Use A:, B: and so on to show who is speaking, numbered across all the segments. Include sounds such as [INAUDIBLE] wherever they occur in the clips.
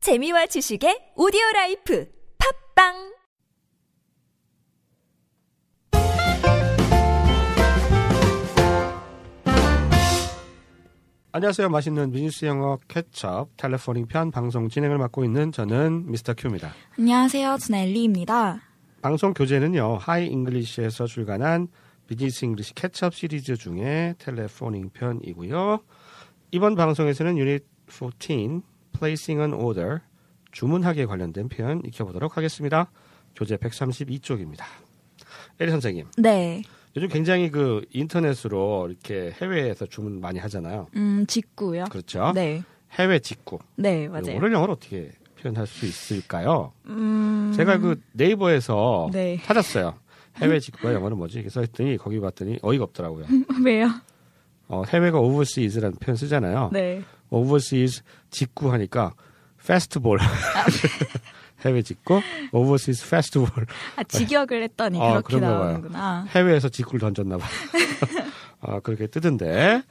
A: 재미와 지식의 오디오 라이프 팝빵
B: 안녕하세요. 맛있는 미니스 영어 케첩 텔레포닝 편 방송 진행을 맡고 있는 저는 미스터 큐입니다.
C: 안녕하세요. 저는 엘리입니다.
B: 방송 교재는요. 하이 잉글리시에서 출간한 비즈니스 잉글리시 케첩 시리즈 중에 텔레포닝 편이고요. 이번 방송에서는 유닛 14 Placing an Order 주문하기에 관련된 표현 익혀보도록 하겠습니다. 교재 132쪽입니다. 에리 선생님,
C: 네.
B: 요즘 굉장히 그 인터넷으로 이렇게 해외에서 주문 많이 하잖아요.
C: 음, 직구요.
B: 그렇죠?
C: 네.
B: 해외 직구.
C: 네, 맞아요.
B: 영어를 영어로 어떻게 표현할 수 있을까요?
C: 음,
B: 제가 그 네이버에서
C: 네.
B: 찾았어요. 해외 직구가 영어는 뭐지? 그래서 했더니 거기 봤더니 어이가 없더라고요.
C: [LAUGHS] 왜요?
B: 어, 해외가 overseas라는 표현 쓰잖아요.
C: 네.
B: overseas 직구 하니까 festival.
C: 아, 네.
B: [LAUGHS] 해외 직구, overseas festival.
C: 아, 직역을 했더니
B: 아,
C: 그렇게
B: 그런가 봐요.
C: 나오는구나.
B: 해외에서 직구를 던졌나
C: [LAUGHS]
B: 봐. 어, 그렇게 뜨던데.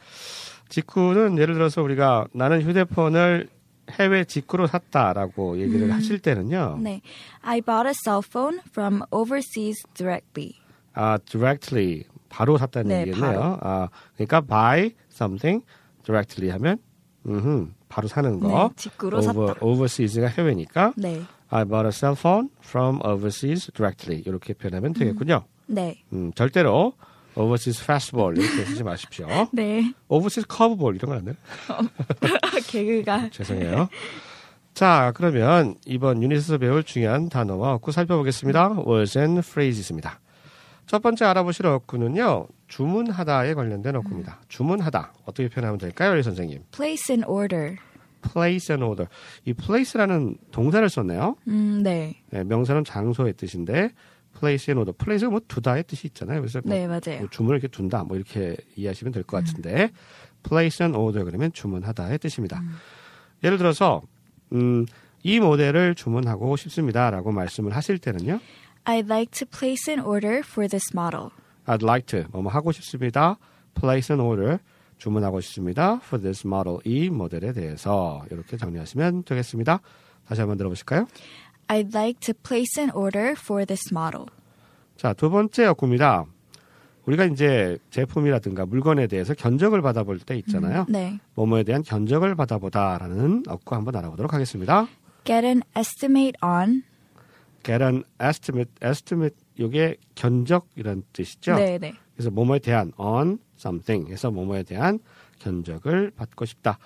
B: 직구는 예를 들어서 우리가 나는 휴대폰을 해외 직구로 샀다라고
C: 음.
B: 얘기를 하실 때는요.
C: 네. I bought a cell phone from overseas directly.
B: 아, directly 바로 샀다는
C: 네,
B: 얘기네요.
C: 바로.
B: 아, 그러니까 buy something directly 하면 음, 바로 사는 거.
C: 네, 직구로 샀다.
B: overseas가 해외니까
C: 네.
B: I bought a cell phone from overseas directly 이렇게
C: 음.
B: 표현하면 되겠군요.
C: 네.
B: 음, 절대로 overseas fastball 이렇게 쓰지
C: [LAUGHS]
B: 마십시오.
C: 네.
B: overseas curveball 이런 건안 돼요?
C: 개그가.
B: 죄송해요. 자, 그러면 이번 유닛에서 배울 중요한 단어와 어구 살펴보겠습니다. words and phrases입니다. 첫 번째 알아보실 어구는요. 주문하다에 관련된 어구입니다. 주문하다. 어떻게 표현하면 될까요, 이 선생님?
C: Place in order.
B: place and order. 이 place라는 동사를 썼네요.
C: 음, 네.
B: 네, 명사는 장소의 뜻인데 place and order. place가 뭐 두다의 뜻이 있잖아요. 그래서 뭐
C: 네, 맞아요.
B: 뭐 주문을 이렇게 둔다 뭐 이렇게 이해하시면 될 것 같은데 place an order 그러면 주문하다의 뜻입니다.
C: 음.
B: 예를 들어서 음, 이 모델을 주문하고 싶습니다라고 말씀을 하실 때는요.
C: I'd like to place an order for this model.
B: I'd like to 뭐뭐 하고 싶습니다. place an order 주문하고 싶습니다. for this model 이 모델에 대해서 이렇게 정리하시면 되겠습니다. 다시 한번 들어보실까요?
C: I'd like to place an order for this model.
B: 자, 두 번째 역구입니다. 우리가 이제 제품이라든가 물건에 대해서 견적을 받아볼 때 있잖아요.
C: 네.
B: 뭐뭐에 대한 견적을 받아보다라는 어구 한번 알아보도록 하겠습니다.
C: Get an estimate on.
B: get an estimate, estimate 이게 견적이란 뜻이죠.
C: 네, 네.
B: 그래서 뭐뭐에 대한 on something 해서 뭐뭐에 대한 견적을 받고 싶다.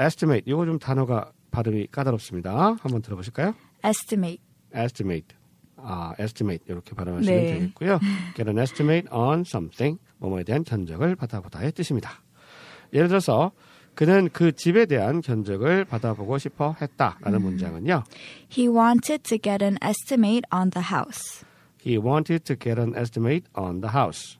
B: estimate 이거 좀 단어가 발음이 까다롭습니다. 한번 들어보실까요?
C: estimate.
B: estimate 아 estimate 이렇게 발음하시면
C: 네.
B: 되겠고요. get an estimate on something 뭐뭐에 대한 견적을 받아보다의 뜻입니다. 예를 들어서 그는 그 집에 대한 견적을 받아보고 싶어 했다라는 문장은요.
C: He wanted to get an estimate on the house.
B: He wanted to get an estimate on the house.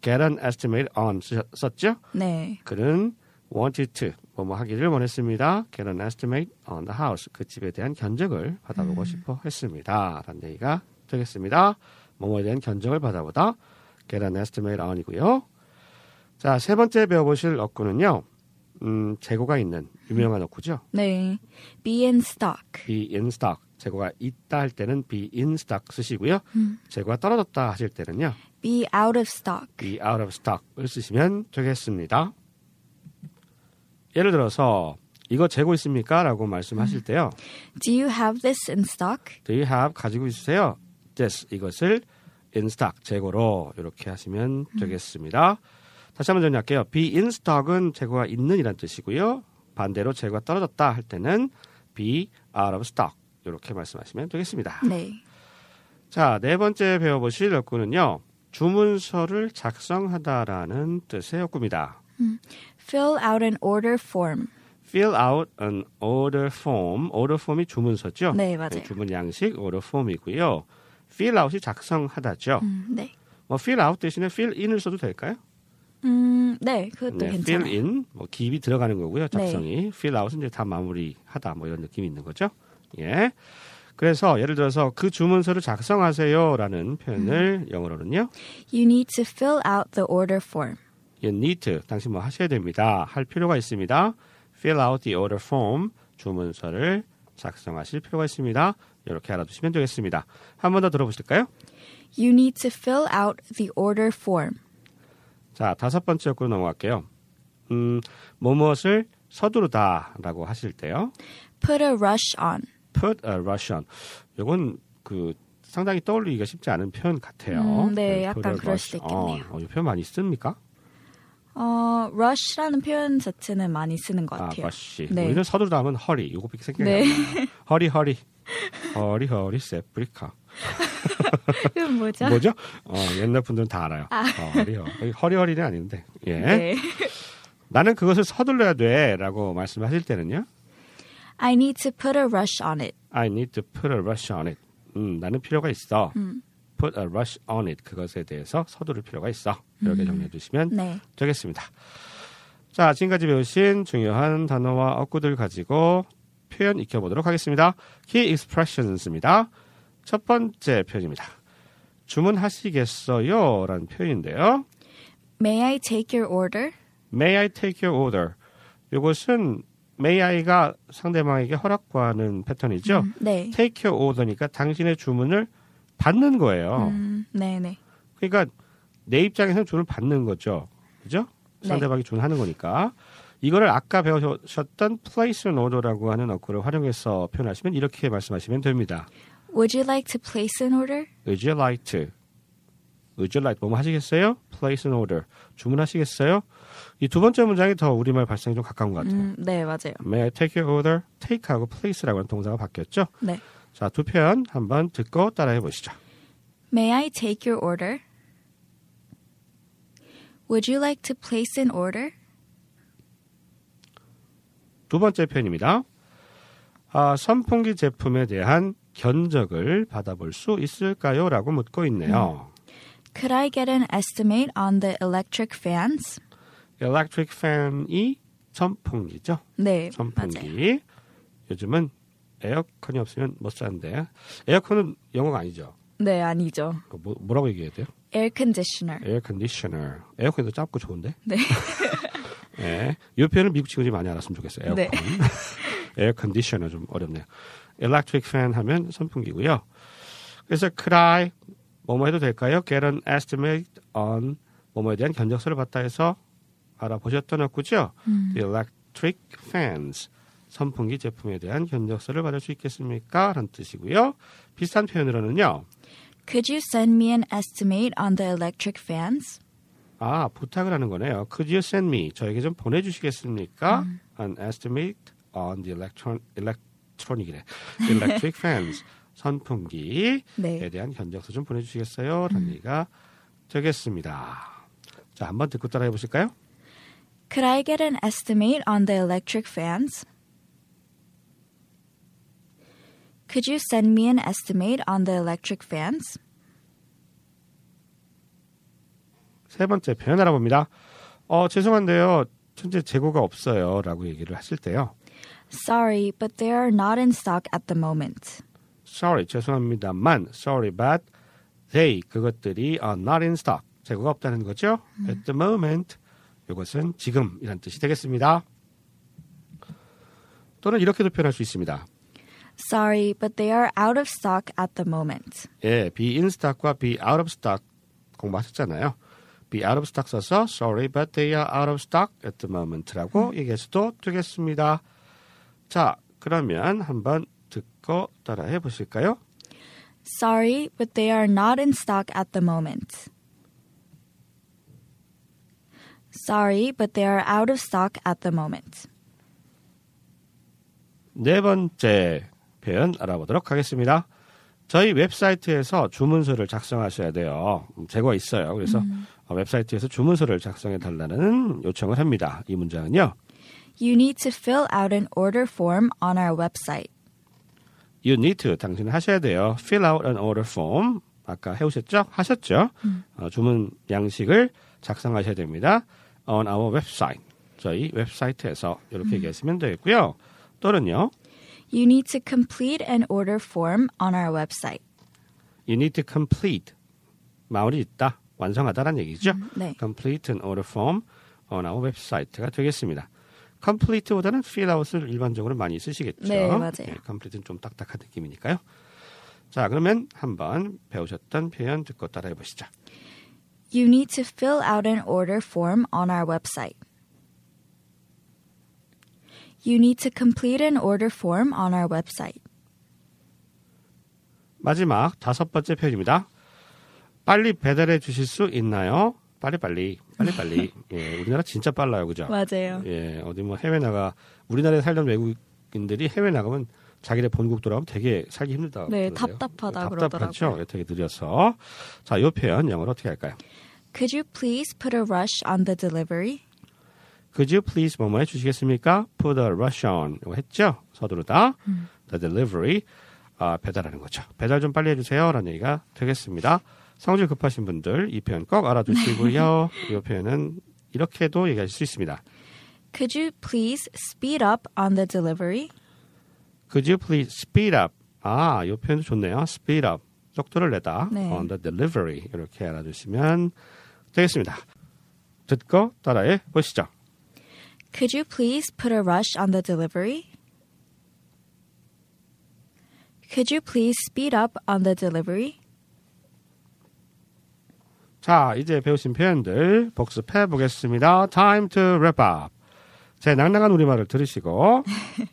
B: get an estimate on 쓰- 썼죠?
C: 네.
B: 그는 wanted to 뭐뭐 하기를 원했습니다. get an estimate on the house. 그 집에 대한 견적을 받아보고 싶어 했습니다. 라는 얘기가 되겠습니다. 뭐뭐에 대한 견적을 받아보다 get an estimate on이고요. 자, 세 번째 배워보실 어구는요. 음, 재고가 있는 유명한 어구죠.
C: 네. Be in stock.
B: be in stock. 재고가 있다 할 때는 be in stock 쓰시고요. 재고가 떨어졌다 하실 때는요.
C: Be out of stock.
B: be out of stock을 쓰시면 되겠습니다. 예를 들어서 이거 재고 있습니까? 라고 말씀하실 때요.
C: Do you have this in stock?
B: Do you have 가지고 있으세요? This 이것을 in stock 재고로 이렇게 하시면 되겠습니다. 다시 한번 정리할게요. be in stock은 재고가 있는 이란 뜻이고요. 반대로 재고가 떨어졌다 할 때는 be out of stock 이렇게 말씀하시면 되겠습니다.
C: 네.
B: 자, 네 번째 배워보실 역구는요. 주문서를 작성하다라는 뜻의 역구입니다.
C: Fill out an order form.
B: fill out an order form. order form이 주문서죠?
C: 네, 맞아요.
B: 주문 양식 order form이고요. fill out이 작성하다죠.
C: 음, 네.
B: 뭐 fill out 대신에 fill in을 써도 될까요?
C: 음, 네. 그것도
B: fill
C: 괜찮아요. 네.
B: in 뭐 기입이 들어가는 거고요. 작성이 fill out은 이제 다 마무리하다 뭐 이런 느낌이 있는 거죠. 예. 그래서 예를 들어서 그 주문서를 작성하세요라는
C: 음.
B: 표현을 영어로는요.
C: You need to fill out the order form.
B: you need to 당신 뭐 하셔야 됩니다. 할 필요가 있습니다. fill out the order form 주문서를 작성하실 필요가 있습니다. 이렇게 알아두시면 되겠습니다. 한 번 더 들어보실까요?
C: You need to fill out the order form.
B: 자, 다섯 번째 역으로 넘어갈게요. 음, 뭐뭇을 서두르다라고 하실 때요.
C: Put a rush on.
B: Put a rush on. 이건 그 상당히 떠올리기가 쉽지 않은 표현 같아요.
C: 음,
B: put
C: 네,
B: a
C: 약간 그럴
B: rush
C: 수도 있겠네요.
B: on. 어, 이 표현 많이 씁니까?
C: 어, rush라는 표현 자체는 많이 쓰는 것
B: 아,
C: 같아요.
B: rush.
C: 네.
B: 우리는 서두르다 하면 허리. 이거밖에 생각이
C: 네. [LAUGHS]
B: 안 나요. 허리 허리. 허리 허리 세프리카.
C: 그건 뭐죠?
B: 뭐죠? 어, 옛날 분들은 다 알아요. 허리 허리. 허리 허리는 아닌데. 예.
C: 네.
B: 나는 그것을 서둘러야 돼라고 말씀하실 때는요.
C: I need to put a rush on it.
B: I need to put a rush on it. 음, 나는 필요가 있어. Put a rush on it. 그것에 대해서 서두를 필요가 있어. 이렇게 정리해 주시면
C: 네.
B: 되겠습니다. 자, 지금까지 배우신 중요한 단어와 어구들 가지고 표현 익혀보도록 하겠습니다. Key expressions입니다. 첫 번째 표현입니다. 주문하시겠어요? 라는 표현인데요.
C: May I take your order?
B: May I take your order? 이것은 may I가 상대방에게 허락과는 패턴이죠.
C: 네.
B: take your order니까 당신의 주문을 받는 거예요.
C: 음, 네, 네.
B: 그러니까 내 입장에서는 주문을 받는 거죠. 그죠?
C: 네.
B: 상대방이 주문하는 거니까. 이거를 아까 배우셨던 place an order라고 하는 어구를 활용해서 표현하시면 이렇게 말씀하시면 됩니다.
C: Would you like to place an order?
B: Would you like to? Would you like 뭐 하시겠어요? Place an order. 주문하시겠어요? 이 두 번째 문장이 더 우리말 발성이 좀 가까운 것 같아요.
C: 음, 네, 맞아요.
B: May I take your order? Take하고 place라고 하는 동사가 바뀌었죠?
C: 네.
B: 자, 두 표현 한번 듣고 따라해 보시죠.
C: May I take your order? Would you like to place an order?
B: 두 번째 표현입니다. 아, 선풍기 제품에 대한 견적을 받아볼 수 있을까요? 라고 묻고 있네요.
C: 음. Could I get an estimate on the electric fans?
B: electric fan이 선풍기죠.
C: 네, 맞아요.
B: 선풍기. 요즘은 에어컨이 없으면 못 사는데 에어컨은 영어가 아니죠.
C: 네, 아니죠.
B: 그거 뭐, 뭐라고 얘기해야 돼요?
C: Air conditioner.
B: 에어컨디셔너. 에어컨이 더 작고 좋은데? [LAUGHS]
C: 네.
B: 네. 이 표현을 미국 친구들이 많이 알았으면 좋겠어요. 에어컨.
C: 네.
B: 에어컨디셔너 좀 어렵네요. electric fan 하면 선풍기고요. 그래서 could I 뭐뭐 해도 될까요? get an estimate on 뭐뭐에 대한 견적서를 받다 해서 알아보셨던 어구죠? the electric fans 선풍기 제품에 대한 견적서를 받을 수 있겠습니까? 라는 뜻이고요. 비슷한 표현으로는요.
C: Could you send me an estimate on the electric fans?
B: 아, 부탁을 하는 거네요. Could you send me? 저에게 좀 보내주시겠습니까? An estimate on the electron, electronic이래. electric fans. 선풍기에
C: 네.
B: 대한 견적서 좀 보내주시겠어요? 라는 얘기가 되겠습니다. 자, 한번 듣고 따라해 보실까요?
C: Could I get an estimate on the electric fans? Could you send me an estimate on the electric fans?
B: 세 번째 표현 알아봅니다. 어, 죄송한데요. 현재 재고가 없어요. 라고 얘기를 하실 때요.
C: Sorry, but they are not in stock at the moment.
B: Sorry, 죄송합니다만, sorry but they 그것들이 are not in stock. 재고가 없다는 거죠. At the moment, 이것은 지금이란 뜻이 되겠습니다. 또는 이렇게도 표현할 수 있습니다.
C: Sorry, but they are out of stock at the moment.
B: 예, be in stock과 be out of stock 공부하셨잖아요. be out of stock 써서 sorry but they are out of stock at the moment라고 얘기할 수도 되겠습니다. 자, 그러면 한번 듣고 따라해 보실까요?
C: Sorry, but they are not in stock at the moment. Sorry, but they are out of stock at the moment.
B: 네 번째 표현 알아보도록 하겠습니다. 저희 웹사이트에서 주문서를 작성하셔야 돼요. 음, 재고가 있어요. 그래서 어, 웹사이트에서 주문서를 작성해 달라는 요청을 합니다. 이 문장은요.
C: You need to fill out an order form on our website.
B: You need to 당신은 하셔야 돼요. Fill out an order form. 아까 해오셨죠? 하셨죠? 어, 주문 양식을 작성하셔야 됩니다. On our website. 저희 웹사이트에서 이렇게 얘기하시면 되겠고요. 또는요.
C: You need to complete an order form on our website.
B: You need to complete. 마을이 있다. 완성하다라는 얘기죠.
C: 네.
B: Complete an order form on our website가 되겠습니다. complete보다는 fill out을 일반적으로 많이 쓰시겠죠.
C: 네, 맞아요.
B: complete는 좀 딱딱한 느낌이니까요. 자, 그러면 한번 배우셨던 표현 듣고 따라해 보시죠.
C: You need to fill out an order form on our website. You need to complete an order form on our website.
B: 마지막 다섯 번째 표현입니다. 빨리 배달해 주실 수 있나요? 빨리빨리, 빨리빨리.
C: [LAUGHS]
B: 예, 우리나라 진짜 빨라요, 그죠?
C: 맞아요.
B: 예, 어디 뭐 해외 나가 우리나라에 살던 외국인들이 해외 나가면 자기네 본국 돌아오면 되게 살기 힘들다.
C: 네,
B: 그러더라고요.
C: 답답하다
B: 답답하죠.
C: 그러더라고요.
B: 예, 되게 느려서 자, 요 표현 영어로 어떻게 할까요?
C: Could you please put a rush on the delivery?
B: Could you please 뭐뭐 해주시겠습니까? Put a rush on 이거 했죠. 서두르다.
C: 음.
B: The delivery 아, 배달하는 거죠. 배달 좀 빨리 해주세요라는 얘기가 되겠습니다. 성질 급하신 분들 이 표현 꼭
C: [LAUGHS]
B: 알아두시고요.
C: 네.
B: 이 표현은 이렇게도 얘기할 수 있습니다.
C: Could you please speed up on the delivery?
B: Could you please speed up? 아, 요 표현도 좋네요. Speed up. 속도를 내다.
C: 네.
B: On the delivery. 이렇게 알아두시면 되겠습니다. 듣고 따라해 보시죠.
C: Could you please put a rush on the delivery? Could you please speed up on the delivery?
B: 자, 이제 배우신 표현들 복습해 보겠습니다. Time to wrap up. 제 낭낭한 우리말을 들으시고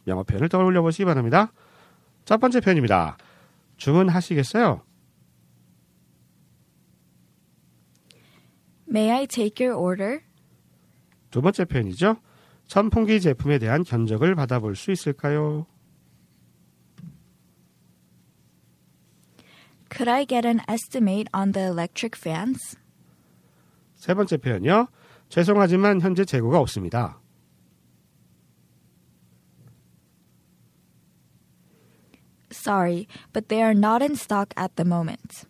B: 영어 표현을 떠올려 보시기 바랍니다. 첫 번째 표현입니다. 주문하시겠어요?
C: May I take your order?
B: 두 번째 표현이죠. 선풍기 제품에 대한 견적을 받아볼 수 있을까요?
C: Could I get an estimate on the electric fans?
B: 세 번째 표현이요. 죄송하지만 현재 재고가 없습니다.
C: Sorry, but they are not in stock at the moment.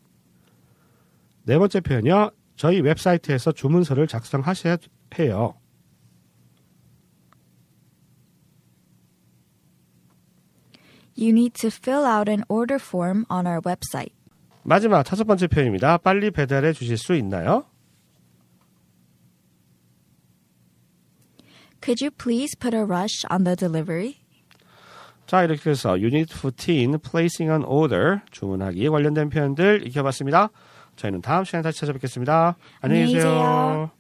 B: 네 번째 표현이요. 저희 웹사이트에서 주문서를 작성하셔야 해요.
C: You need to fill out an order form on our website.
B: 마지막 다섯 번째 표현입니다. 빨리 배달해 주실 수 있나요?
C: Could you please put a rush on the delivery?
B: 자, 이렇게 해서 유닛 14 placing an order 주문하기에 관련된 표현들 익혀봤습니다. 저희는 다음 시간에 다시 찾아뵙겠습니다. 안녕히
C: 안녕히
B: 계세요.
C: 계세요.